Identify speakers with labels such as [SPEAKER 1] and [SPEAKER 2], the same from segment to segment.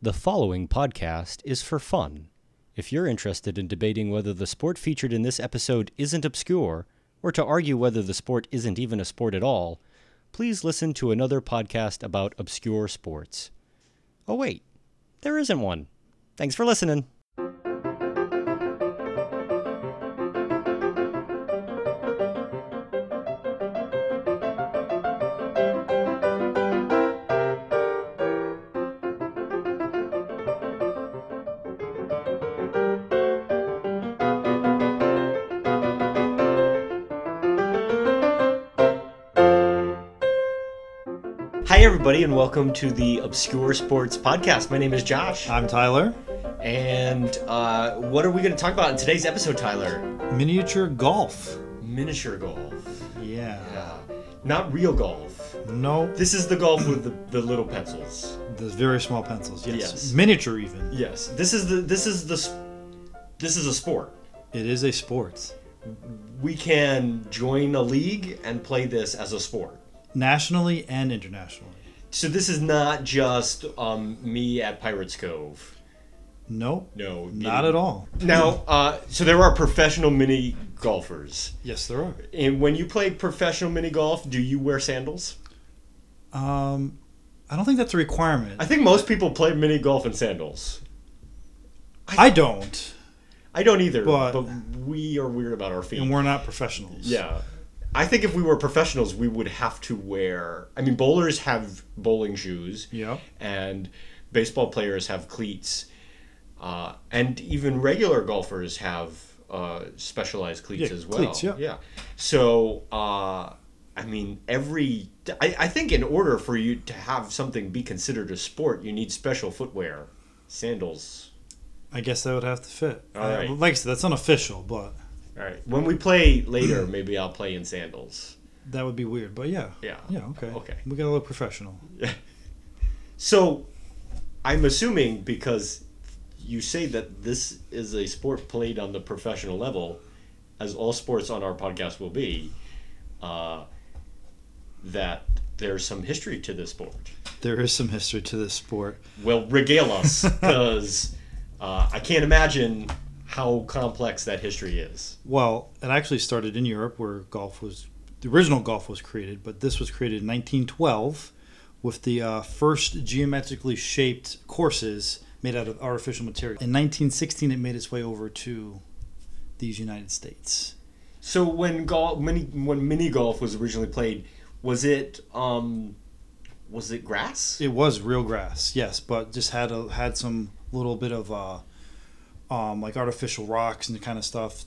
[SPEAKER 1] The following podcast is for fun. If you're interested in debating whether the sport featured in this episode isn't obscure, or to argue whether the sport isn't even a sport at all, please listen to another podcast about obscure sports. Oh, wait, there isn't one. Thanks for listening. Hi, everybody, and welcome to the Obscure Sports Podcast. My name is Josh.
[SPEAKER 2] I'm Tyler.
[SPEAKER 1] And uh, what are we going to talk about in today's episode, Tyler?
[SPEAKER 2] Miniature golf.
[SPEAKER 1] Miniature golf.
[SPEAKER 2] Yeah.
[SPEAKER 1] Yeah. Not real golf.
[SPEAKER 2] No,
[SPEAKER 1] This is the golf with the, the little pencils.
[SPEAKER 2] there's very small pencils. Yes.
[SPEAKER 1] Yes.
[SPEAKER 2] Miniature even.
[SPEAKER 1] Yes. This is the this is the s- this is a sport.
[SPEAKER 2] It is a sport.
[SPEAKER 1] We can join a league and play this as a sport.
[SPEAKER 2] Nationally and internationally.
[SPEAKER 1] So this is not just um, me at Pirates Cove.
[SPEAKER 2] Nope.
[SPEAKER 1] No,
[SPEAKER 2] Not at all.
[SPEAKER 1] Now, uh, so there are professional mini golfers,
[SPEAKER 2] Yes, there are.
[SPEAKER 1] and when you play professional mini golf, do you wear sandals?
[SPEAKER 2] Um, I don't think that's a requirement.
[SPEAKER 1] I
[SPEAKER 2] I,
[SPEAKER 1] think most people play mini golf in sandals.
[SPEAKER 2] don't,
[SPEAKER 1] I don't either,
[SPEAKER 2] But-
[SPEAKER 1] but we are weird about our feet.
[SPEAKER 2] and we're not professionals.
[SPEAKER 1] Yeah. I think if we were professionals, we would have to wear. I mean, bowlers have bowling shoes.
[SPEAKER 2] Yeah.
[SPEAKER 1] And baseball players have cleats. Uh, and even regular golfers have uh, specialized cleats
[SPEAKER 2] Yeah,
[SPEAKER 1] as well.
[SPEAKER 2] cleats, yeah.
[SPEAKER 1] So, uh, I mean, every. I, I think in order for you to have something be considered a sport, you need special footwear, sandals.
[SPEAKER 2] I guess that would have to fit.
[SPEAKER 1] All
[SPEAKER 2] I-
[SPEAKER 1] right.
[SPEAKER 2] Like I said, that's unofficial, but
[SPEAKER 1] All right. When we play later, maybe I'll play in sandals.
[SPEAKER 2] that would be weird. But yeah.
[SPEAKER 1] Yeah.
[SPEAKER 2] Yeah, okay.
[SPEAKER 1] Okay.
[SPEAKER 2] We got a little professional.
[SPEAKER 1] So, I'm assuming because you say that this is a sport played on the professional level, as all sports on our podcast will be, uh, that there's some history to this sport.
[SPEAKER 2] There is some history to this sport.
[SPEAKER 1] Well, regale us, because uh, I can't imagine how complex that history is.
[SPEAKER 2] Well, it actually started in Europe where golf was the original golf was created, but this was created in 1912 with the uh, first geometrically shaped courses made out of artificial material. In 1916, it made its way over to these United States.
[SPEAKER 1] So when golf, mini, when mini golf was originally played, was it um, was it grass?
[SPEAKER 2] It was real grass, yes, but just had a, had some little bit of uh, um, like artificial rocks and kind of stuff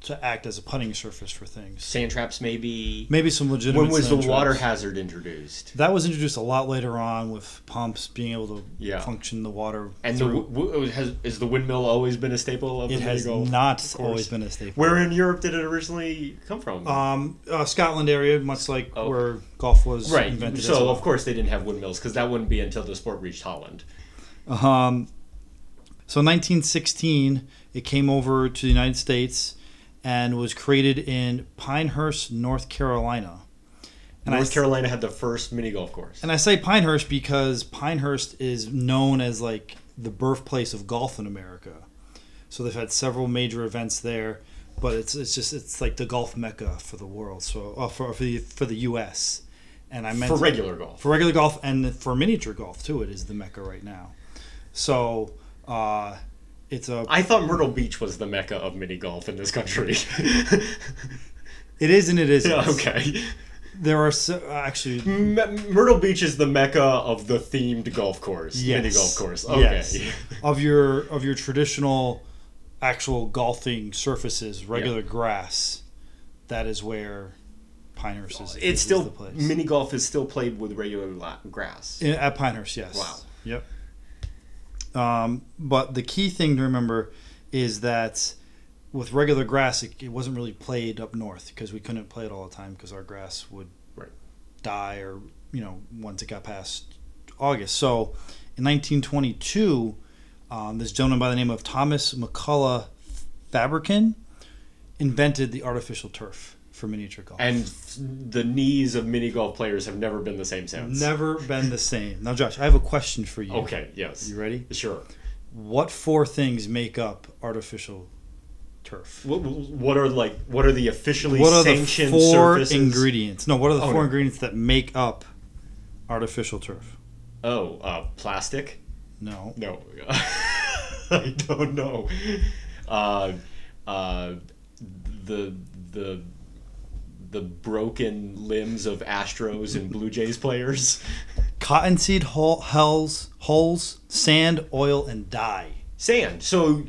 [SPEAKER 2] to act as a putting surface for things.
[SPEAKER 1] Sand traps, maybe.
[SPEAKER 2] Maybe some legitimate.
[SPEAKER 1] When was the
[SPEAKER 2] sand
[SPEAKER 1] water
[SPEAKER 2] traps.
[SPEAKER 1] hazard introduced?
[SPEAKER 2] That was introduced a lot later on with pumps being able to
[SPEAKER 1] Yeah.
[SPEAKER 2] function the water.
[SPEAKER 1] And the,
[SPEAKER 2] through.
[SPEAKER 1] w- w- has, is the windmill always been a staple of
[SPEAKER 2] it
[SPEAKER 1] the
[SPEAKER 2] has
[SPEAKER 1] Bendigo?
[SPEAKER 2] not
[SPEAKER 1] course.
[SPEAKER 2] always been a staple.
[SPEAKER 1] Where in Europe did it originally come from?
[SPEAKER 2] Um, uh, Scotland area, much like
[SPEAKER 1] Oh.
[SPEAKER 2] where golf was
[SPEAKER 1] right.
[SPEAKER 2] invented. as
[SPEAKER 1] So
[SPEAKER 2] well.
[SPEAKER 1] of course they didn't have windmills because that wouldn't be until the sport reached Holland.
[SPEAKER 2] Um, so 1916, it came over to the United States and was created in Pinehurst, North Carolina. And I
[SPEAKER 1] North
[SPEAKER 2] s-
[SPEAKER 1] Carolina had the first mini golf course.
[SPEAKER 2] And I say Pinehurst because Pinehurst is known as like the birthplace of golf in America. So they've had several major events there, but it's it's just it's like the golf mecca for the world. So uh, for for the, for the U.S. And I meant
[SPEAKER 1] for regular golf.
[SPEAKER 2] for regular golf and for miniature golf too. It is the mecca right now. So uh, it's a
[SPEAKER 1] I thought Myrtle Beach was the mecca of mini golf in this country.
[SPEAKER 2] it is and it isn't.
[SPEAKER 1] yeah, okay.
[SPEAKER 2] There are so, actually
[SPEAKER 1] M- Myrtle Beach is the mecca of the themed golf course, mini
[SPEAKER 2] Yes.
[SPEAKER 1] golf course. Okay.
[SPEAKER 2] Yes. of your of your traditional actual golfing surfaces, regular grass, that is where Pinehurst is.
[SPEAKER 1] It's
[SPEAKER 2] is the
[SPEAKER 1] still
[SPEAKER 2] place.
[SPEAKER 1] mini golf is still played with regular la- grass.
[SPEAKER 2] In- at Pinehurst, yes.
[SPEAKER 1] Wow.
[SPEAKER 2] Yep. Um, but the key thing to remember is that with regular grass, it, it wasn't really played up north because we couldn't play it all the time because our grass would
[SPEAKER 1] Right.
[SPEAKER 2] die or you know once it got past August. So in 1922, um, this gentleman by the name of Thomas McCullough Fabrican invented the artificial turf for miniature golf.
[SPEAKER 1] And f- the knees of mini golf players have never been the same since.
[SPEAKER 2] Never been the same. Now, Josh, I have a question for you.
[SPEAKER 1] Okay, yes.
[SPEAKER 2] You ready?
[SPEAKER 1] Sure.
[SPEAKER 2] What four things make up artificial turf?
[SPEAKER 1] What, what are like what are the officially
[SPEAKER 2] What are the
[SPEAKER 1] sanctioned
[SPEAKER 2] four
[SPEAKER 1] surfaces?
[SPEAKER 2] ingredients? No, what are the
[SPEAKER 1] Oh,
[SPEAKER 2] four
[SPEAKER 1] no.
[SPEAKER 2] ingredients that make up artificial turf?
[SPEAKER 1] oh, uh, plastic?
[SPEAKER 2] No.
[SPEAKER 1] No, I don't know. Uh, uh, the the the broken limbs of Astros and Blue Jays players.
[SPEAKER 2] Cottonseed hull, hulls, hulls, sand, oil, and dye.
[SPEAKER 1] Sand. So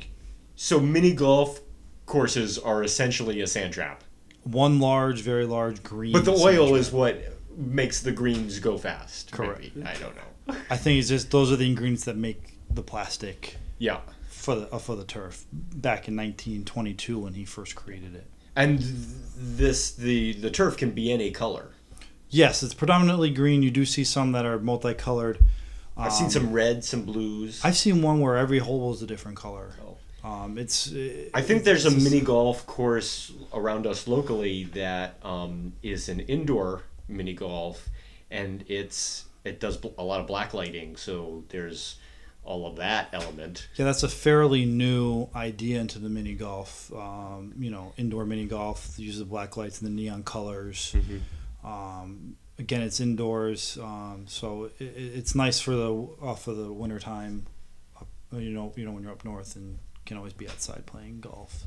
[SPEAKER 1] so mini golf courses are essentially a sand trap.
[SPEAKER 2] One large, very large green.
[SPEAKER 1] But the
[SPEAKER 2] sand
[SPEAKER 1] oil
[SPEAKER 2] trap.
[SPEAKER 1] is what makes the greens go fast.
[SPEAKER 2] Correct.
[SPEAKER 1] maybe. I don't know.
[SPEAKER 2] I think it's just those are the ingredients that make the plastic
[SPEAKER 1] Yeah.
[SPEAKER 2] for the uh, for the turf back in 1922 when he first created it.
[SPEAKER 1] And th- this the the turf can be any color.
[SPEAKER 2] Yes, it's predominantly green. You do see some that are multicolored.
[SPEAKER 1] I've
[SPEAKER 2] Um,
[SPEAKER 1] seen some reds, some blues.
[SPEAKER 2] I've seen one where every hole was a different color.
[SPEAKER 1] Oh.
[SPEAKER 2] Um, it's.
[SPEAKER 1] I think there's a mini golf course around us locally that um, is an indoor mini golf, and it's it does bl- a lot of black lighting, so there's all of that element.
[SPEAKER 2] Yeah, that's a fairly new idea into the mini golf. Um, you know, indoor mini golf, the use of black lights and the neon colors.
[SPEAKER 1] Mm-hmm.
[SPEAKER 2] Um, again, it's indoors, um, so it, it's nice for the uh, for the winter time. up- You know, you know when you're up north and can always be outside playing golf.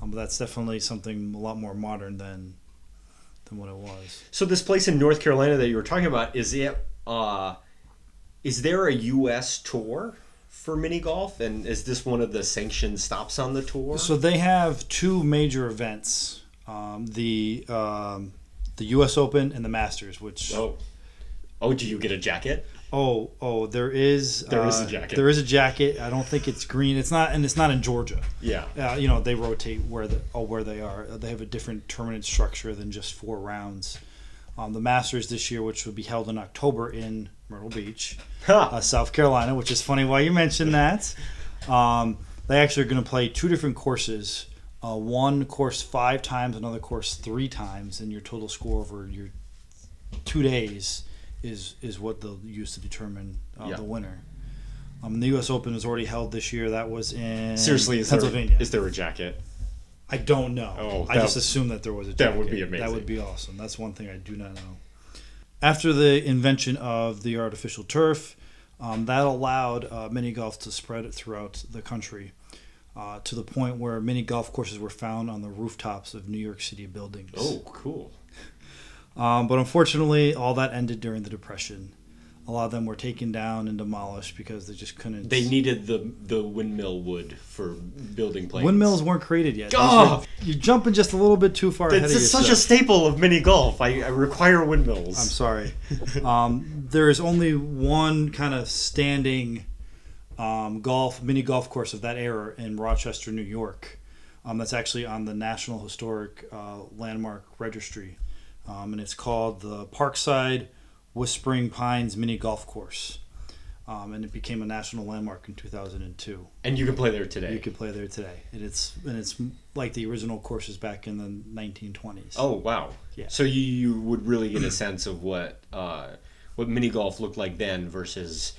[SPEAKER 2] Um, but that's definitely something a lot more modern than than what it was.
[SPEAKER 1] So this place in North Carolina that you were talking about is it? Uh, is there a U.S. tour for mini golf, and is this one of the sanctioned stops on the tour?
[SPEAKER 2] So they have two major events: um, the um, the U.S. Open and the Masters, which.
[SPEAKER 1] oh, oh, do you get a jacket?
[SPEAKER 2] Oh, oh, there is
[SPEAKER 1] There is a
[SPEAKER 2] uh,
[SPEAKER 1] jacket.
[SPEAKER 2] There is a jacket. I don't think it's green. It's not, and it's not in Georgia.
[SPEAKER 1] Yeah.
[SPEAKER 2] Uh, you know, they rotate where the oh, where they are. Uh, They have a different tournament structure than just four rounds. Um, the Masters this year, which will be held in October in Myrtle Beach,
[SPEAKER 1] Huh.
[SPEAKER 2] uh, South Carolina, which is funny why you mentioned that. Um, they actually are going to play two different courses. Uh, one course five times, another course three times, and your total score over your two days is is what they'll use to determine uh,
[SPEAKER 1] Yeah.
[SPEAKER 2] the winner. Um, the U.S. Open is already held this year. That was in
[SPEAKER 1] Seriously, is
[SPEAKER 2] Pennsylvania.
[SPEAKER 1] There, is there a jacket?
[SPEAKER 2] I don't know.
[SPEAKER 1] Oh,
[SPEAKER 2] I
[SPEAKER 1] that-
[SPEAKER 2] just assumed that there was a
[SPEAKER 1] that would
[SPEAKER 2] jacket.
[SPEAKER 1] be
[SPEAKER 2] That
[SPEAKER 1] amazing.
[SPEAKER 2] would be awesome. That's one thing I do not know. After the invention of the artificial turf, um, that allowed uh, mini golf to spread throughout the country uh, to the point where mini golf courses were found on the rooftops of New York City buildings.
[SPEAKER 1] Oh, cool.
[SPEAKER 2] Um, but unfortunately, all that ended during the Depression. A lot of them were taken down and demolished because they just couldn't.
[SPEAKER 1] They needed the the windmill wood for building planes.
[SPEAKER 2] Windmills weren't created yet. These
[SPEAKER 1] Oh!
[SPEAKER 2] were- You're jumping just a little bit too far ahead of
[SPEAKER 1] It's just
[SPEAKER 2] yourself.
[SPEAKER 1] such a staple of mini golf. I, I require windmills.
[SPEAKER 2] I'm sorry. um, there is only one kind of standing um, golf mini golf course of that era in Rochester, New York. Um, that's actually on the National Historic uh, Landmark Registry, um, and it's called the Parkside Whispering Pines Mini Golf Course. Um, and it became a national landmark in 2002.
[SPEAKER 1] and you can play there today.
[SPEAKER 2] You can play there today, and it's and it's like the original courses back in the 1920s.
[SPEAKER 1] oh wow.
[SPEAKER 2] Yeah.
[SPEAKER 1] So you, you would really get a sense of what uh, what mini golf looked like then versus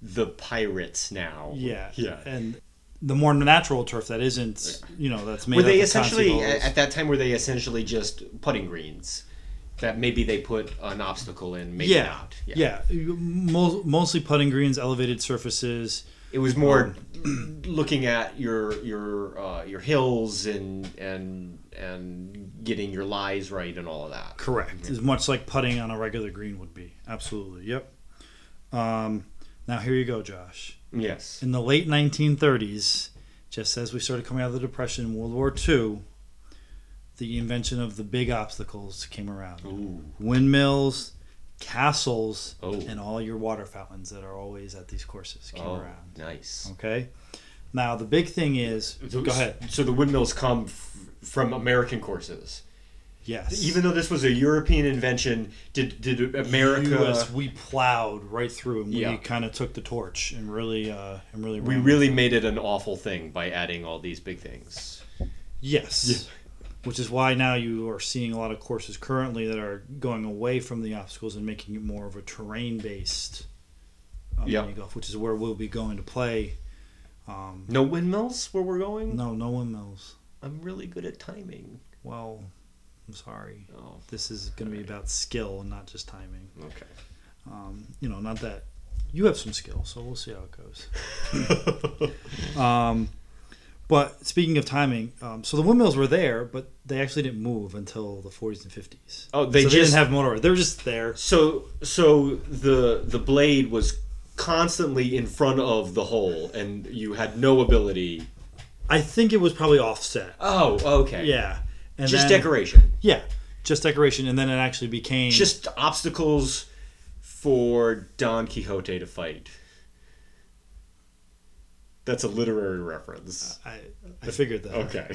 [SPEAKER 1] the pirates now.
[SPEAKER 2] Yeah.
[SPEAKER 1] Yeah.
[SPEAKER 2] And the more natural turf that isn't, you know, that's made
[SPEAKER 1] were they
[SPEAKER 2] up of concrete
[SPEAKER 1] essentially uh,
[SPEAKER 2] balls.
[SPEAKER 1] at, at that time? Were they essentially just putting greens that maybe they put an obstacle in, maybe
[SPEAKER 2] yeah,
[SPEAKER 1] not.
[SPEAKER 2] yeah, You- mo- mostly putting greens, elevated surfaces.
[SPEAKER 1] It was more Um, looking at your your uh, your hills and and and getting your lies right and all of that.
[SPEAKER 2] Correct. It's much like putting on a regular green would be. Absolutely. Yep. Um, now here you go, Josh.
[SPEAKER 1] Yes.
[SPEAKER 2] In the late 1930s, just as we started coming out of the Depression, World War II, the invention of the big obstacles came around.
[SPEAKER 1] Ooh.
[SPEAKER 2] windmills, castles,
[SPEAKER 1] Oh.
[SPEAKER 2] and all your water fountains that are always at these courses came
[SPEAKER 1] Oh,
[SPEAKER 2] around.
[SPEAKER 1] nice.
[SPEAKER 2] Okay. Now the big thing is,
[SPEAKER 1] So-
[SPEAKER 2] go ahead.
[SPEAKER 1] So the windmills come f- from American courses.
[SPEAKER 2] Yes.
[SPEAKER 1] Even though this was a European invention, did did America?
[SPEAKER 2] US, we plowed right through, and we
[SPEAKER 1] Yeah.
[SPEAKER 2] kind of took the torch and really, uh, and really,
[SPEAKER 1] We
[SPEAKER 2] ran with
[SPEAKER 1] really made it an awful thing by adding all these big things.
[SPEAKER 2] Yes. which is why now you are seeing a lot of courses currently that are going away from the obstacles and making it more of a terrain based um,
[SPEAKER 1] Yeah.
[SPEAKER 2] mini golf, which is where we'll be going to play. Um,
[SPEAKER 1] No windmills where we're going?
[SPEAKER 2] no, no windmills.
[SPEAKER 1] I'm really good at timing.
[SPEAKER 2] Well, I'm sorry.
[SPEAKER 1] Oh,
[SPEAKER 2] This is going to be about skill and not just timing.
[SPEAKER 1] okay.
[SPEAKER 2] Um, you know, not that you have some skill, so we'll see how it goes. Um, but speaking of timing, um, so the windmills were there, but they actually didn't move until the 40s and 50s.
[SPEAKER 1] Oh, they
[SPEAKER 2] so they
[SPEAKER 1] just
[SPEAKER 2] didn't have motor. They were just there.
[SPEAKER 1] So so the the blade was constantly in front of the hole and you had no ability.
[SPEAKER 2] I think it was probably offset.
[SPEAKER 1] Oh, okay.
[SPEAKER 2] Yeah, and
[SPEAKER 1] Just
[SPEAKER 2] then-
[SPEAKER 1] decoration.
[SPEAKER 2] Yeah, just decoration, and then it actually became
[SPEAKER 1] Just obstacles for Don Quixote to fight. That's a literary reference.
[SPEAKER 2] I, I figured that.
[SPEAKER 1] Okay.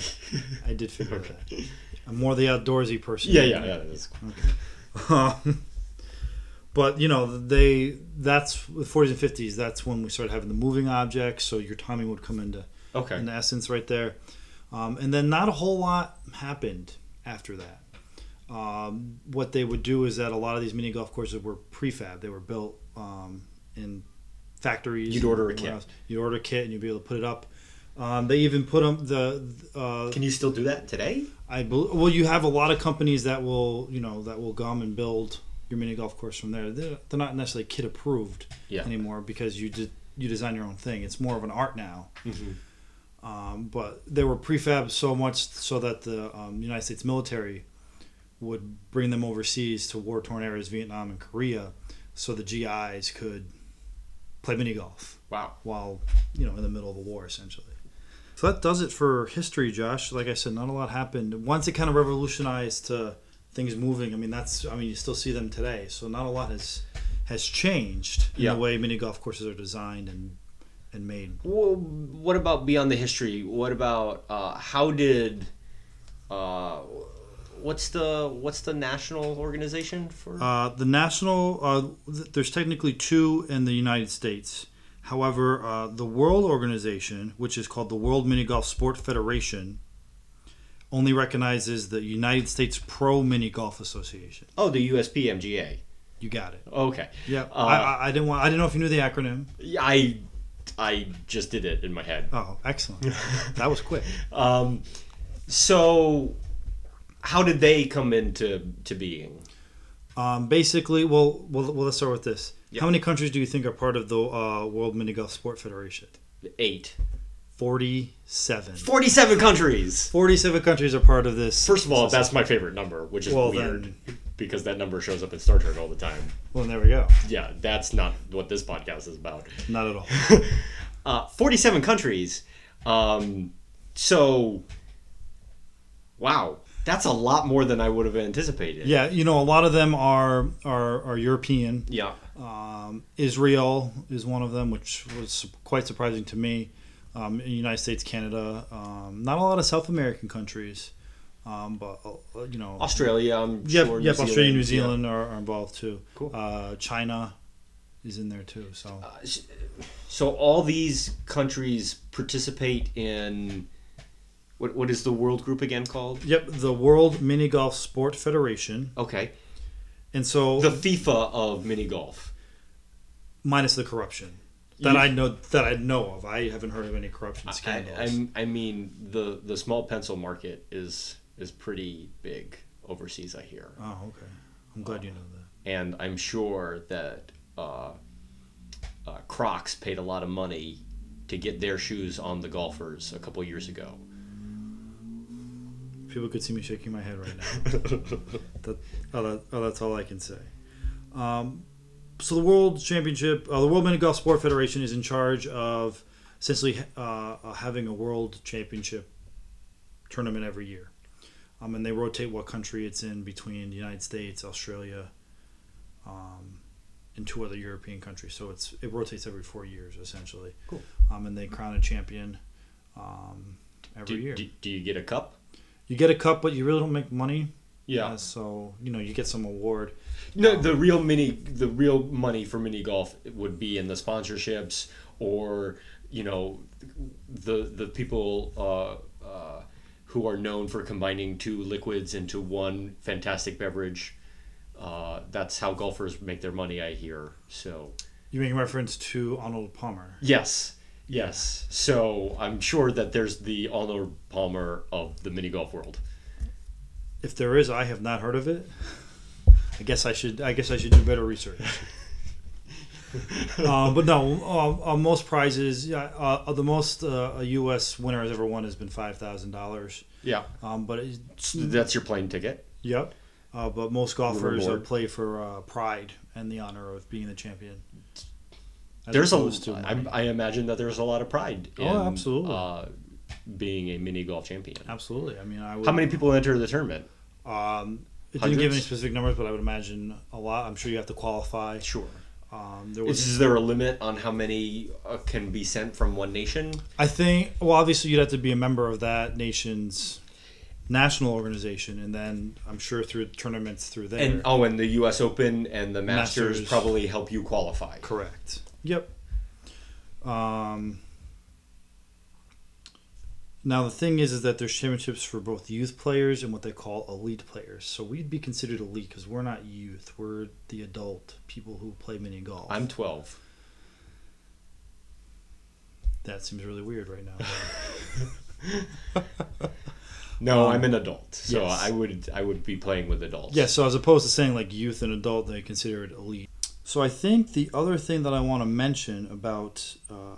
[SPEAKER 2] I did figure that. I'm more the outdoorsy person.
[SPEAKER 1] Yeah, yeah, yeah. that's-
[SPEAKER 2] Um, but you know, they that's the 40s and 50s. That's when we started having the moving objects, so your timing would come into
[SPEAKER 1] Okay.
[SPEAKER 2] in essence right there. Um, and then not a whole lot happened after that. Um, what they would do is that a lot of these mini golf courses were prefab. They were built um, in factories.
[SPEAKER 1] You'd order a
[SPEAKER 2] and everywhere
[SPEAKER 1] kit.
[SPEAKER 2] else. You'd order a kit and you'd be able to put it up. Um, they even put them the uh,
[SPEAKER 1] Can you still do that today?
[SPEAKER 2] I bel well, you have a lot of companies that will you know that will come and build your mini golf course from there. They're, they're not necessarily kid approved
[SPEAKER 1] Yeah.
[SPEAKER 2] anymore because you did you design your own thing. It's more of an art now. Um, but they were prefab so much so that the um, United States military would bring them overseas to war torn areas, Vietnam and Korea, so the GIs could play mini golf
[SPEAKER 1] Wow.
[SPEAKER 2] while you know in the middle of a war essentially. So that does it for history, Josh. Like I said, not a lot happened. Once it kind of revolutionized to things moving, I mean that's I mean you still see them today. So not a lot has has changed in
[SPEAKER 1] Yeah.
[SPEAKER 2] the way mini golf courses are designed and and made.
[SPEAKER 1] Well, what about beyond the history? What about uh, how did uh, what's the what's the national organization for?
[SPEAKER 2] Uh, the national uh, th- there's technically two in the United States. However, uh, the World Organization, which is called the World Mini Golf Sport Federation, only recognizes the United States Pro Mini Golf Association.
[SPEAKER 1] oh, the USPMGA.
[SPEAKER 2] You got it.
[SPEAKER 1] Okay.
[SPEAKER 2] Yeah,
[SPEAKER 1] Uh,
[SPEAKER 2] I, I, I didn't want. I didn't know if you knew the acronym.
[SPEAKER 1] I I just did it in my head.
[SPEAKER 2] Oh, excellent. that was quick.
[SPEAKER 1] Um, so how did they come into to being?
[SPEAKER 2] Um, basically, well, well, well, let's start with this.
[SPEAKER 1] Yeah.
[SPEAKER 2] How many countries do you think are part of the uh, World Mini Golf Sport Federation?
[SPEAKER 1] Eight.
[SPEAKER 2] Forty-seven.
[SPEAKER 1] Forty-seven countries.
[SPEAKER 2] Forty-seven countries are part of this.
[SPEAKER 1] First of all, that's my favorite number, which is
[SPEAKER 2] Well,
[SPEAKER 1] weird
[SPEAKER 2] then-
[SPEAKER 1] because that number shows up in Star Trek all the time.
[SPEAKER 2] well, there we go.
[SPEAKER 1] Yeah, that's not what this podcast is about.
[SPEAKER 2] Not at all.
[SPEAKER 1] uh, 47 countries. Um, so, wow, that's a lot more than I would have anticipated.
[SPEAKER 2] Yeah, you know, a lot of them are are, are European.
[SPEAKER 1] Yeah.
[SPEAKER 2] Um, Israel is one of them, which was su- quite surprising to me. Um, in the United States, Canada, um, not a lot of South American countries, um, but uh, you know,
[SPEAKER 1] Australia, I'm
[SPEAKER 2] yep,
[SPEAKER 1] sure.
[SPEAKER 2] yep, Australia, New
[SPEAKER 1] yeah.
[SPEAKER 2] Zealand are, are involved too.
[SPEAKER 1] Cool.
[SPEAKER 2] Uh, China is in there too. So
[SPEAKER 1] Uh, s- so, all these countries participate in what, what is the world group again called?
[SPEAKER 2] yep, the World Mini Golf Sport Federation,
[SPEAKER 1] Okay.
[SPEAKER 2] and so
[SPEAKER 1] The FIFA of mini golf.
[SPEAKER 2] minus the corruption that
[SPEAKER 1] You-
[SPEAKER 2] I know that I know of. I haven't heard of any corruption
[SPEAKER 1] I,
[SPEAKER 2] scandals.
[SPEAKER 1] I'm, I mean, the, the small pencil market is is pretty big overseas, I hear.
[SPEAKER 2] oh, okay. I'm glad you know that.
[SPEAKER 1] and I'm sure that uh, uh, Crocs paid a lot of money to get their shoes on the golfers a couple years ago.
[SPEAKER 2] People could see me shaking my head right now. that, oh, that, oh, that's all I can say. Um, so the World Championship, uh, the World Mini Golf Sport Federation is in charge of essentially uh, uh, having a World Championship tournament every year, um, and they rotate what country it's in between the United States, Australia, um, and two other European countries. So it's it rotates every four years essentially.
[SPEAKER 1] Cool.
[SPEAKER 2] Um, and they crown a champion um, every
[SPEAKER 1] Do,
[SPEAKER 2] year.
[SPEAKER 1] do, do you get a cup?
[SPEAKER 2] You get a cup, but you really don't make money.
[SPEAKER 1] Yeah.
[SPEAKER 2] Uh, so you know you get some award.
[SPEAKER 1] No, the real mini, the real money for mini golf would be in the sponsorships or you know the the people uh, uh, who are known for combining two liquids into one fantastic beverage. Uh, that's how golfers make their money, I hear. So,
[SPEAKER 2] You make reference to Arnold Palmer.
[SPEAKER 1] yes, yes. So, I'm sure that there's the Arnold Palmer of the mini golf world.
[SPEAKER 2] If there is, I have not heard of it. I guess I should. I guess I should do better research. uh, but no, uh, uh, most prizes, yeah, uh, uh, the most uh, a U.S. winner has ever won has been five thousand dollars.
[SPEAKER 1] Yeah,
[SPEAKER 2] Um, but it's,
[SPEAKER 1] that's your plane ticket.
[SPEAKER 2] yep. Uh, but most golfers are
[SPEAKER 1] Reward.
[SPEAKER 2] play for uh, pride and the honor of being the champion. As
[SPEAKER 1] there's a
[SPEAKER 2] opposed to
[SPEAKER 1] I, I imagine that there's a lot of pride in
[SPEAKER 2] Oh, absolutely.
[SPEAKER 1] uh, being a mini golf champion
[SPEAKER 2] absolutely. I mean, I would,
[SPEAKER 1] how many people enter the tournament
[SPEAKER 2] Um, it didn't give any
[SPEAKER 1] Hundreds?
[SPEAKER 2] specific numbers, but I would imagine a lot. I'm sure you have to qualify.
[SPEAKER 1] sure
[SPEAKER 2] Um, there
[SPEAKER 1] is,
[SPEAKER 2] was,
[SPEAKER 1] is there a limit on how many uh, can be sent from one nation
[SPEAKER 2] I think, well, obviously you'd have to be a member of that nation's national organization, and then I'm sure through tournaments through there.
[SPEAKER 1] and oh and the us open and the masters,
[SPEAKER 2] Masters.
[SPEAKER 1] probably help you qualify
[SPEAKER 2] Correct. Yep. Um, now the thing is, is that there's championships for both youth players and what they call elite players. So we'd be considered elite because we're not youth; we're the adult people who play mini golf.
[SPEAKER 1] i'm 12
[SPEAKER 2] that seems really weird right now.
[SPEAKER 1] no i'm an adult so
[SPEAKER 2] Um, yes.
[SPEAKER 1] i would i would be playing with adults
[SPEAKER 2] Yeah, so as opposed to saying like youth and adult, they consider it elite. So I think the other thing that I want to mention about uh,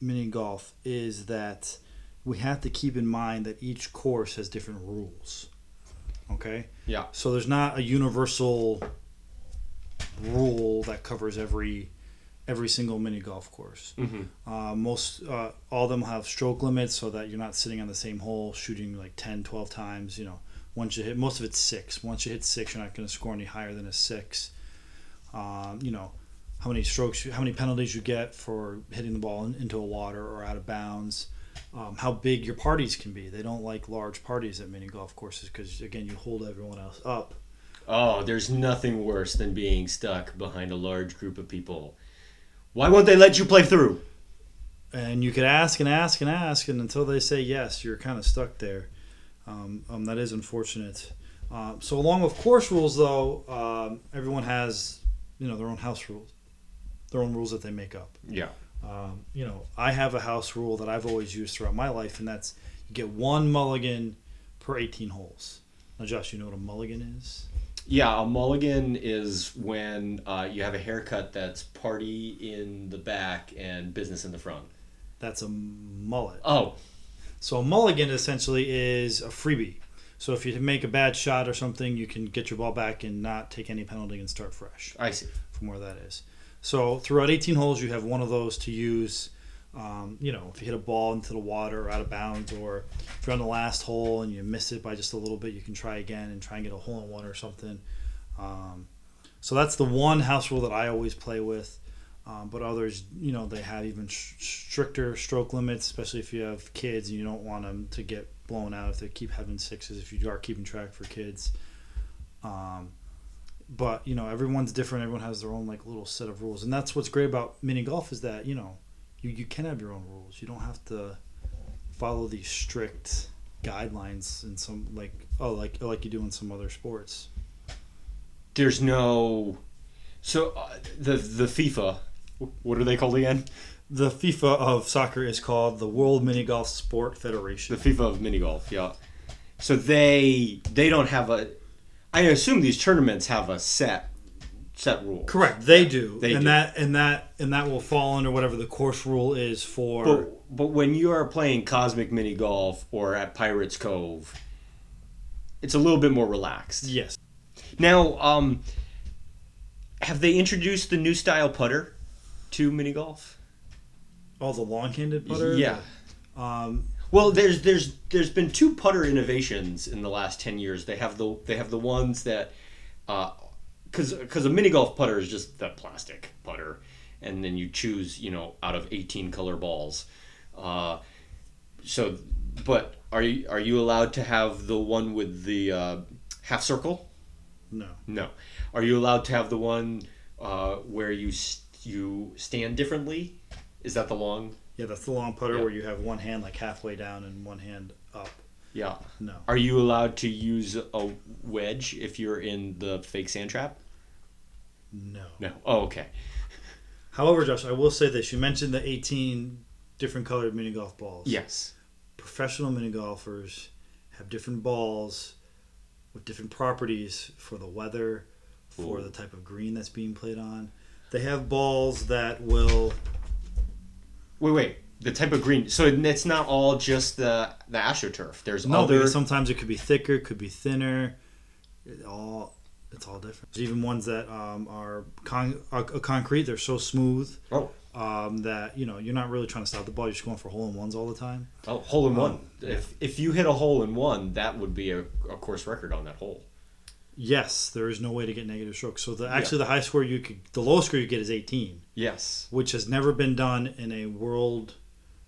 [SPEAKER 2] mini golf is that we have to keep in mind that each course has different rules. Okay?
[SPEAKER 1] Yeah.
[SPEAKER 2] So there's not a universal rule that covers every every single mini golf course.
[SPEAKER 1] Mhm.
[SPEAKER 2] Uh, most uh, all of them have stroke limits so that you're not sitting on the same hole shooting like 10, 12 times, you know. Once you hit, most of it's six. Once you hit six, you're not going to score any higher than a six. Um, you know, how many strokes, you, how many penalties you get for hitting the ball in, into a water or out of bounds. Um, how big your parties can be. They don't like large parties at mini golf courses because again, you hold everyone else up.
[SPEAKER 1] Oh, there's nothing worse than being stuck behind a large group of people. Why won't they let you play through?
[SPEAKER 2] and you could ask and ask and ask, and until they say yes, you're kind of stuck there. Um, um, that is unfortunate. Um, so along with course rules, though, um, everyone has you know their own house rules, their own rules that they make up.
[SPEAKER 1] Yeah.
[SPEAKER 2] Um, you know, I have a house rule that I've always used throughout my life, and that's you get one mulligan per 18 holes. Now, Josh, you know what a mulligan is?
[SPEAKER 1] Yeah, a mulligan is when uh, you have a haircut that's party in the back and business in the front.
[SPEAKER 2] That's a mullet.
[SPEAKER 1] Oh,
[SPEAKER 2] So a mulligan essentially is a freebie. So if you make a bad shot or something, you can get your ball back and not take any penalty and start fresh
[SPEAKER 1] I see.
[SPEAKER 2] from where that is. So throughout 18 holes, you have one of those to use. Um, you know, if you hit a ball into the water or out of bounds, or if you're on the last hole and you miss it by just a little bit, you can try again and try and get a hole in one or something. Um, so that's the one house rule that I always play with. Um, but others, you know, they have even sh- stricter stroke limits, especially if you have kids and you don't want them to get blown out if they keep having sixes, if you are keeping track for kids. Um, but you know everyone's different everyone has their own like little set of rules and that's what's great about mini golf is that you know you, you can have your own rules you don't have to follow these strict guidelines in some like oh like like you do in some other sports
[SPEAKER 1] There's no. So uh, the the FIFA, what are they called again?
[SPEAKER 2] the fifa of soccer is called the world mini golf sport federation
[SPEAKER 1] The FIFA of mini golf. Yeah. So they they don't have a. I assume these tournaments have a set set rule.
[SPEAKER 2] correct they do
[SPEAKER 1] They
[SPEAKER 2] and
[SPEAKER 1] do.
[SPEAKER 2] that and that and that will fall under whatever the course rule is for
[SPEAKER 1] But but when you are playing Cosmic Mini Golf or at Pirates Cove, it's a little bit more relaxed.
[SPEAKER 2] yes
[SPEAKER 1] Now, um, have they introduced the new style putter to mini golf?
[SPEAKER 2] all the long-handed putter
[SPEAKER 1] Yeah.
[SPEAKER 2] um
[SPEAKER 1] Well, there's there's there's been two putter innovations in the last ten years. They have the they have the ones that, because because a mini golf putter is just that plastic putter, and then you choose you know out of eighteen color balls, uh, so but are you are you allowed to have the one with the uh, half circle?
[SPEAKER 2] no
[SPEAKER 1] No. Are you allowed to have the one uh, where you s you stand differently? Is that the long?
[SPEAKER 2] Yeah, that's the long putter
[SPEAKER 1] Yeah.
[SPEAKER 2] where you have one hand like halfway down and one hand up.
[SPEAKER 1] Yeah.
[SPEAKER 2] No.
[SPEAKER 1] Are you allowed to use a wedge if you're in the fake sand trap?
[SPEAKER 2] No.
[SPEAKER 1] No. Oh, okay.
[SPEAKER 2] However, Josh, I will say this. You mentioned the 18 different colored mini golf balls.
[SPEAKER 1] Yes.
[SPEAKER 2] Professional mini golfers have different balls with different properties for the weather, for
[SPEAKER 1] Ooh.
[SPEAKER 2] the type of green that's being played on. They have balls that will
[SPEAKER 1] Wait, wait. The type of green. So it's not all just the the astroturf. There's
[SPEAKER 2] no,
[SPEAKER 1] other.
[SPEAKER 2] because sometimes it could be thicker, it could be thinner. It all it's all different. There's even ones that um, are, con- are are concrete. They're so smooth
[SPEAKER 1] Oh,
[SPEAKER 2] um, that you know you're not really trying to stop the ball. You're just going for hole in ones all the time.
[SPEAKER 1] oh, hole in
[SPEAKER 2] Oh,
[SPEAKER 1] one. If if you hit a hole in one, that would be a, a course record on that hole.
[SPEAKER 2] Yes, there is no way to get negative strokes. So the actually the high score you could, the lowest score you get is 18,
[SPEAKER 1] Yes.
[SPEAKER 2] which has never been done in a world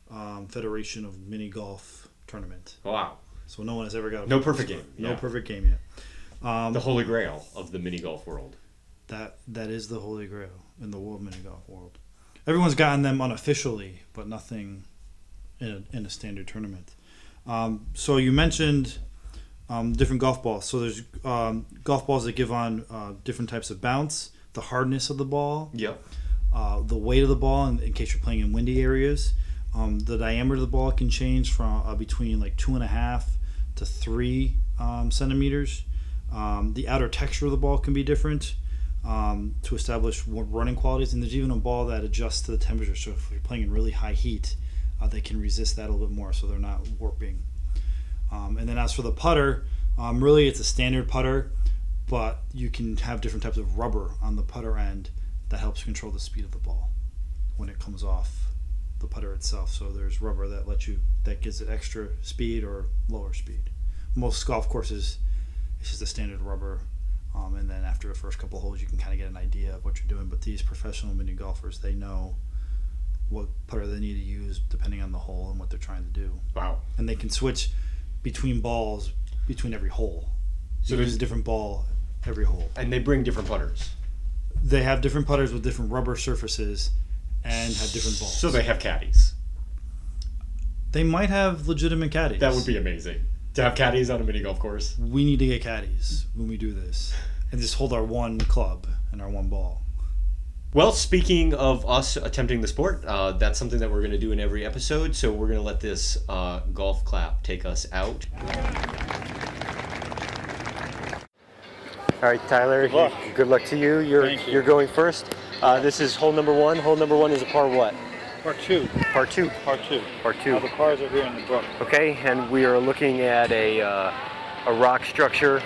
[SPEAKER 2] um, federation of mini golf tournament.
[SPEAKER 1] Wow.
[SPEAKER 2] So no one has ever got a
[SPEAKER 1] No perfect
[SPEAKER 2] score.
[SPEAKER 1] game,
[SPEAKER 2] No
[SPEAKER 1] yeah.
[SPEAKER 2] perfect game yet. Um,
[SPEAKER 1] The holy grail of the mini golf world.
[SPEAKER 2] That that is the holy grail in the world mini golf world. Everyone's gotten them unofficially, but nothing in a, in a standard tournament. Um, so you mentioned um, different golf balls. So there's um, golf balls that give on uh, different types of bounce, the hardness of the ball,
[SPEAKER 1] Yep.
[SPEAKER 2] uh, the weight of the ball in, in case you're playing in windy areas. Um, the diameter of the ball can change from uh, between like two and a half to three um, centimeters. Um, the outer texture of the ball can be different um, to establish wa- running qualities. And there's even a ball that adjusts to the temperature. So if you're playing in really high heat, uh, they can resist that a little bit more, so they're not warping. Um, and then as for the putter, um, really it's a standard putter, but you can have different types of rubber on the putter end that helps control the speed of the ball when it comes off the putter itself. So there's rubber that lets you that gives it extra speed or lower speed. Most golf courses, it's just a standard rubber, um, and then after the first couple holes, you can kind of get an idea of what you're doing. But these professional mini golfers, they know what putter they need to use depending on the hole and what they're trying to do,
[SPEAKER 1] Wow.
[SPEAKER 2] and they can switch between balls between every hole.
[SPEAKER 1] So
[SPEAKER 2] So there's
[SPEAKER 1] there's
[SPEAKER 2] a different ball every hole
[SPEAKER 1] and they bring different putters.
[SPEAKER 2] they have different putters with different rubber surfaces and have different balls.
[SPEAKER 1] So they have caddies.
[SPEAKER 2] they might have legitimate caddies.
[SPEAKER 1] That would be amazing to have caddies on a mini golf course.
[SPEAKER 2] We need to get caddies when we do this and just hold our one club and our one ball.
[SPEAKER 1] Well, speaking of us attempting the sport, uh, that's something that we're going to do in every episode. So we're going to let this uh, golf clap take us out.
[SPEAKER 3] All right, Tyler. Good luck, to you. You're you. are you are going first. Uh, this is hole number one. Hole number one is a par what?
[SPEAKER 4] Part two.
[SPEAKER 3] Par two.
[SPEAKER 4] Part two.
[SPEAKER 3] Par two.
[SPEAKER 4] Now the cars are here in the book.
[SPEAKER 3] Okay, and we are looking at a uh, a rock structure.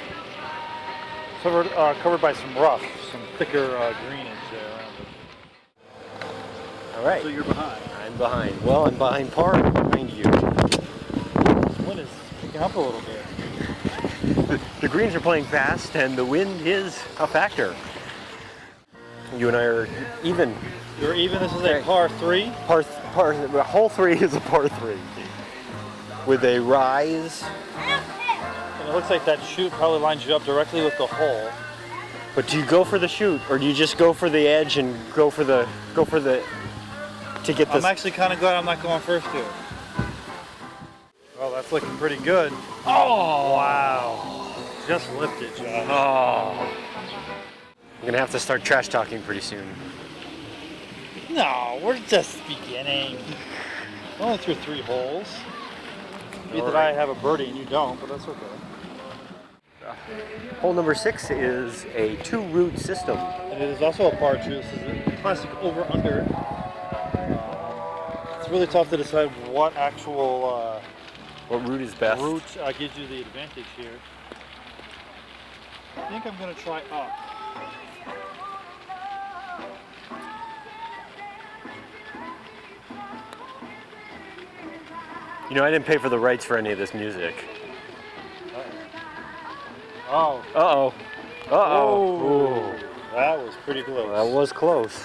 [SPEAKER 4] So we're uh, covered by some rough, some thicker uh, greenage there. around
[SPEAKER 3] All
[SPEAKER 4] it. So
[SPEAKER 3] right.
[SPEAKER 4] you're behind.
[SPEAKER 3] I'm behind. Well, I'm behind par. I'm Behind you.
[SPEAKER 4] The wind is picking up a little bit.
[SPEAKER 3] The greens are playing fast, and the wind is a factor. You and I are even.
[SPEAKER 4] You're even. This is a par three.
[SPEAKER 3] Par th- par. Hole three is a par three with a rise.
[SPEAKER 4] And it looks like that chute probably lines you up directly with the hole.
[SPEAKER 3] But do you go for the shoot, or do you just go for the edge and go for the go for the to get
[SPEAKER 4] I'm
[SPEAKER 3] the
[SPEAKER 4] actually kind of glad I'm not going first here. Well, that's looking pretty good. Oh, wow. Just lift it, John.
[SPEAKER 3] I'm Oh. gonna have to start trash talking pretty soon.
[SPEAKER 4] No, we're just beginning. Only through three holes. Be that I have a birdie and you don't, but that's okay.
[SPEAKER 3] Hole number six is a two root system.
[SPEAKER 4] And it is also a par two. This is a classic over under. Uh, It's really tough to decide what actual
[SPEAKER 3] What root is
[SPEAKER 4] uh,
[SPEAKER 3] best?
[SPEAKER 4] route uh, gives you the advantage here. I think I'm gonna try up.
[SPEAKER 3] You know, I didn't pay for the rights for any of this music.
[SPEAKER 4] Oh,
[SPEAKER 3] Uh oh. Uh
[SPEAKER 4] Ooh.
[SPEAKER 3] oh.
[SPEAKER 4] that was pretty close.
[SPEAKER 3] That was close.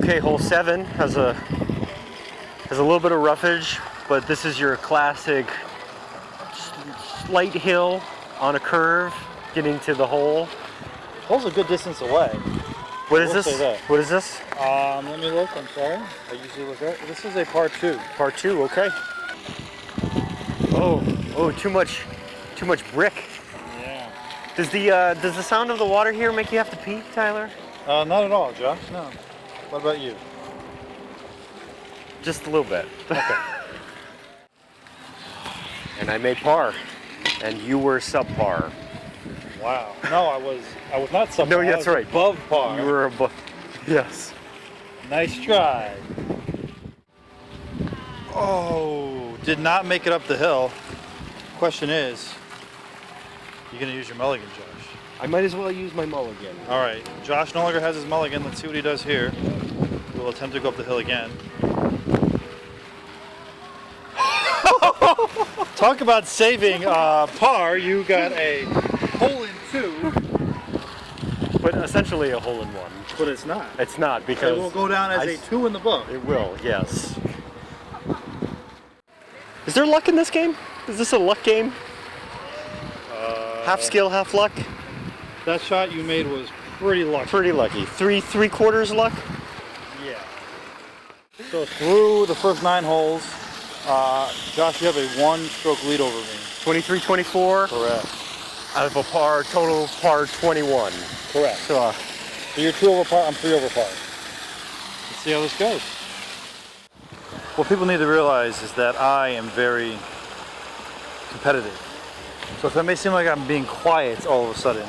[SPEAKER 3] Okay, hole seven has a has a little bit of roughage, but this is your classic s- slight hill on a curve getting to the hole.
[SPEAKER 4] hole's a good distance away.
[SPEAKER 3] What is
[SPEAKER 4] We'll say
[SPEAKER 3] this?
[SPEAKER 4] that.
[SPEAKER 3] What is this?
[SPEAKER 4] Um, let me look. I'm sorry. I usually look. At, this is a par two.
[SPEAKER 3] Part two. Okay.
[SPEAKER 2] Oh,
[SPEAKER 1] Oh, too much, too much brick.
[SPEAKER 2] yeah.
[SPEAKER 1] Does the uh, does the sound of the water here make you have to pee, Tyler?
[SPEAKER 2] Uh, not at all, Josh. No. What about you?
[SPEAKER 1] Just a little bit. and I made par, and you were subpar.
[SPEAKER 2] Wow. No, I was. I was not subpar.
[SPEAKER 1] No,
[SPEAKER 2] I
[SPEAKER 1] that's
[SPEAKER 2] was
[SPEAKER 1] right.
[SPEAKER 2] Above par.
[SPEAKER 1] You were above. Yes.
[SPEAKER 2] Nice try. Oh, did not make it up the hill. Question is, you gonna use your mulligan, Josh?
[SPEAKER 1] I might as well use my mulligan.
[SPEAKER 2] All right, Josh no longer has his mulligan. Let's see what he does here. We'll attempt to go up the hill again. Talk about saving uh, par. You got a hole in two,
[SPEAKER 1] But essentially a hole in one.
[SPEAKER 2] but it's not.
[SPEAKER 1] It's not
[SPEAKER 2] It
[SPEAKER 1] because
[SPEAKER 2] will go down as
[SPEAKER 1] I
[SPEAKER 2] a
[SPEAKER 1] s-
[SPEAKER 2] two in the book.
[SPEAKER 1] It will, yes. Is there luck in this game? Is this a luck game? half skill, half luck.
[SPEAKER 2] That shot you made was pretty lucky.
[SPEAKER 1] Pretty lucky. Three, three quarters luck.
[SPEAKER 2] Yeah. So through the first nine holes, uh, Josh, you have a one-stroke lead over me.
[SPEAKER 1] 23, 24
[SPEAKER 2] Correct.
[SPEAKER 1] out of a par total par 21.
[SPEAKER 2] Correct.
[SPEAKER 1] So, uh,
[SPEAKER 2] So you're two over par. I'm three over par. Let's see how this goes. What people need to realize is that I am very competitive. So if it may seem like I'm being quiet all of a sudden,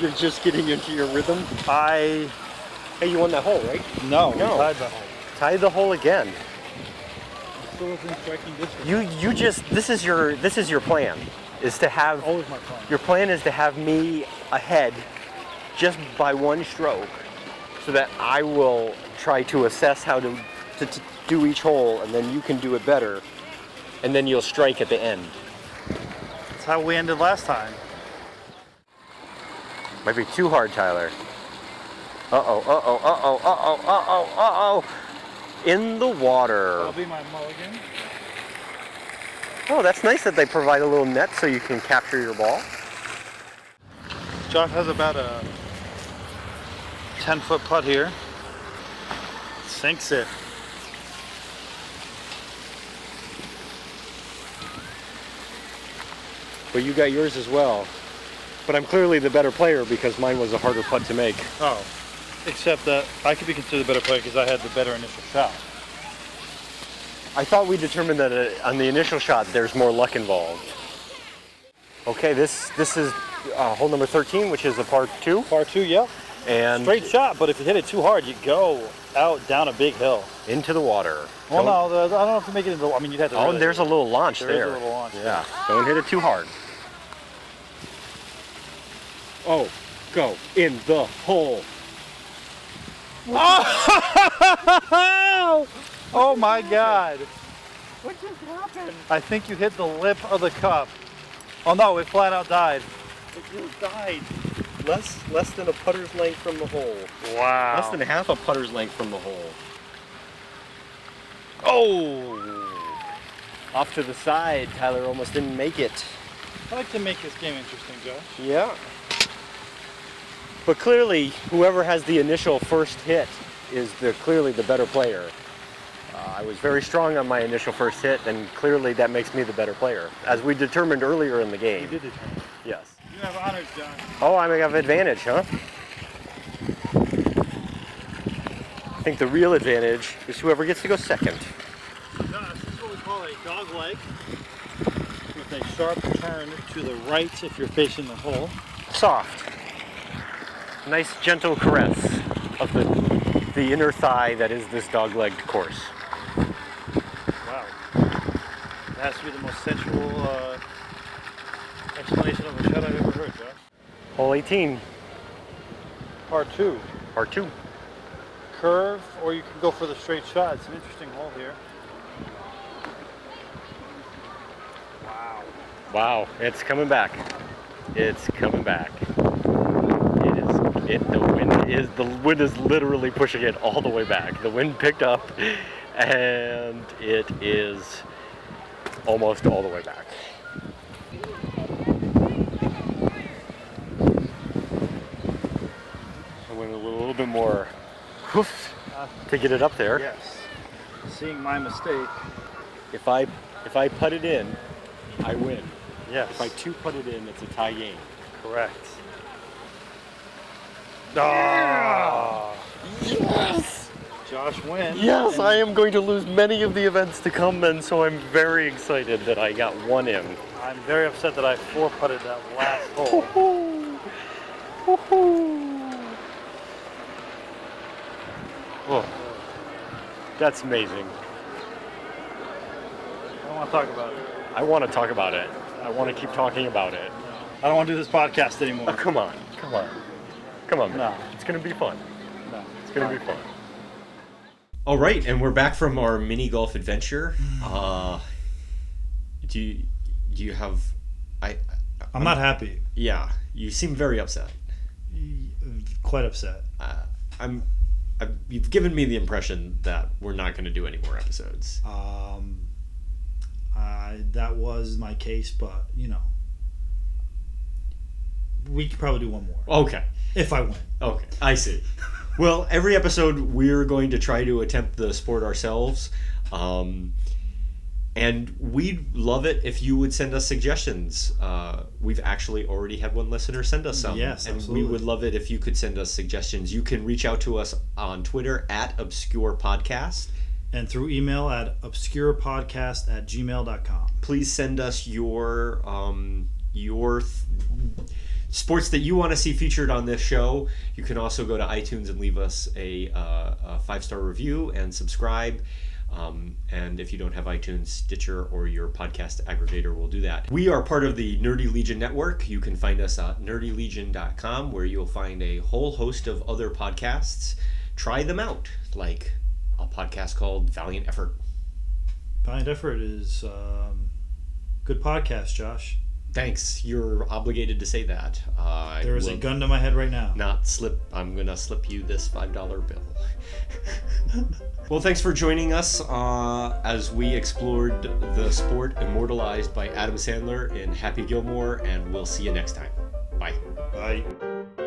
[SPEAKER 1] you're just getting into your rhythm.
[SPEAKER 2] I
[SPEAKER 1] Uh, Hey, you won that hole, right?
[SPEAKER 2] no.
[SPEAKER 1] No.
[SPEAKER 2] Tied the hole.
[SPEAKER 1] Tie the hole again.
[SPEAKER 2] Still within striking distance.
[SPEAKER 1] You, you just. This is your. This is your plan. Is to have
[SPEAKER 2] Always my plan.
[SPEAKER 1] Your plan is to have me ahead just by one stroke so that I will try to assess how to, to, to do each hole and then you can do it better and then you'll strike at the end.
[SPEAKER 2] That's how we ended last time.
[SPEAKER 1] Might be too hard, Tyler. Uh oh, uh oh, uh oh, uh oh, uh oh, uh oh. In the water.
[SPEAKER 2] be my mulligan.
[SPEAKER 1] Oh, that's nice that they provide a little net so you can capture your ball.
[SPEAKER 2] Josh has about a 10 foot putt here. Sinks it.
[SPEAKER 1] But you got yours as well. But I'm clearly the better player because mine was a harder putt to make.
[SPEAKER 2] Oh. Except that I could be considered a better player because I had the better initial shot.
[SPEAKER 1] I thought we determined that uh, on the initial shot, there's more luck involved. Okay, this this is uh, hole number 13, which is the par two,
[SPEAKER 2] Par two, yep.
[SPEAKER 1] and
[SPEAKER 2] Straight shot, but if you hit it too hard, you go out down a big hill.
[SPEAKER 1] into the water.
[SPEAKER 2] Well,
[SPEAKER 1] Don't-
[SPEAKER 2] no, the, I don't know if you make it into. I mean, you'd have to.
[SPEAKER 1] Oh,
[SPEAKER 2] really-
[SPEAKER 1] and there's a little launch
[SPEAKER 2] there
[SPEAKER 1] there.
[SPEAKER 2] is a little launch.
[SPEAKER 1] Yeah, don't hit it too hard. Oh, go in the hole.
[SPEAKER 2] Oh! Oh my God! What just happened? I think you hit the lip of the cup. Oh no, it flat out died.
[SPEAKER 1] It just died. Less less than a putter's length from the hole.
[SPEAKER 2] Wow.
[SPEAKER 1] Less than half a putter's length from the hole.
[SPEAKER 2] Oh!
[SPEAKER 1] Off to the side, Tyler almost didn't make it.
[SPEAKER 2] I like to make this game interesting, Joe.
[SPEAKER 1] Yeah. But clearly, whoever has the initial first hit is the clearly the better player. Uh, I was very strong on my initial first hit, and clearly that makes me the better player, as we determined earlier in the game. Yes.
[SPEAKER 2] You have honors, John.
[SPEAKER 1] Oh, I may have advantage, huh? I think the real advantage is whoever gets to go second.
[SPEAKER 2] Josh, this is what we call a dog leg with a sharp turn to the right if you're facing the hole.
[SPEAKER 1] Soft. Nice gentle caress of the the inner thigh that is this dog-legged course.
[SPEAKER 2] Wow. That has to be the most sensual uh, explanation of a shot I've ever heard, Josh.
[SPEAKER 1] Hole 18,
[SPEAKER 2] Part two.
[SPEAKER 1] par two.
[SPEAKER 2] Curve, or you can go for the straight shot. It's an interesting hole here. Wow.
[SPEAKER 1] Wow, it's coming back. It's coming back. It is. It the wind is the wind is literally pushing it all the way back. The wind picked up, and it is almost all the way back. I went a little bit more hoof to get it up there.
[SPEAKER 2] Yes. Seeing my mistake.
[SPEAKER 1] If I if I put it in, I win.
[SPEAKER 5] Yes.
[SPEAKER 1] If I two put it in, it's a tie game.
[SPEAKER 5] Correct. Ah,
[SPEAKER 1] Yes!
[SPEAKER 5] Josh wins.
[SPEAKER 1] Yes,
[SPEAKER 5] and
[SPEAKER 1] I am going to lose many of the events to come, and so I'm very excited that I got one in.
[SPEAKER 5] I'm very upset that I four putted that last hole.
[SPEAKER 1] Oh, that's amazing.
[SPEAKER 5] I don't want to talk about it.
[SPEAKER 1] I want to talk about it. I want to keep talking about it.
[SPEAKER 5] I don't want to do this podcast
[SPEAKER 1] Oh,
[SPEAKER 5] anymore.
[SPEAKER 1] come on, come on, come on.
[SPEAKER 5] No.
[SPEAKER 1] man. It's gonna be fun.
[SPEAKER 5] No.
[SPEAKER 1] It's gonna be fun.
[SPEAKER 6] All right, and we're back from our mini golf adventure.
[SPEAKER 2] Hmm.
[SPEAKER 6] Uh, do you, do you have? I
[SPEAKER 2] I'm not happy.
[SPEAKER 6] yeah, you seem very upset.
[SPEAKER 2] Quite upset.
[SPEAKER 6] Uh, I'm. I, you've given me the impression that we're not going to do any more episodes.
[SPEAKER 2] Um, I, that was my case, but you know, we could probably do one more
[SPEAKER 6] Okay.
[SPEAKER 2] if I win.
[SPEAKER 6] Okay, I see. Well, every episode we're going to try to attempt the sport ourselves, um, and we'd love it if you would send us suggestions. Uh, we've actually already had one listener send us some,
[SPEAKER 2] Yes,
[SPEAKER 6] and
[SPEAKER 2] absolutely.
[SPEAKER 6] we would love it if you could send us suggestions. You can reach out to us on Twitter at Obscure Podcast.
[SPEAKER 2] And through email at obscurepodcast at gmail.com.
[SPEAKER 6] Please send us your um, your th- sports that you want to see featured on this show. You can also go to iTunes and leave us a, uh, a five star review and subscribe. Um, and if you don't have iTunes, Stitcher, or your podcast aggregator will do that. We are part of the Nerdy Legion Network. You can find us at nerdylegion.com, where you'll find a whole host of other podcasts. Try them out, like a podcast called Valiant Effort.
[SPEAKER 2] Valiant effort is um, good podcast, Josh.
[SPEAKER 6] Thanks. You're obligated to say that. Uh,
[SPEAKER 2] There is a gun to my head right now.
[SPEAKER 6] not slip i'm gonna slip you this five dollar bill well thanks for joining us uh, as we explored the sport immortalized by adam sandler in happy gilmore and we'll see you next time bye
[SPEAKER 2] Bye.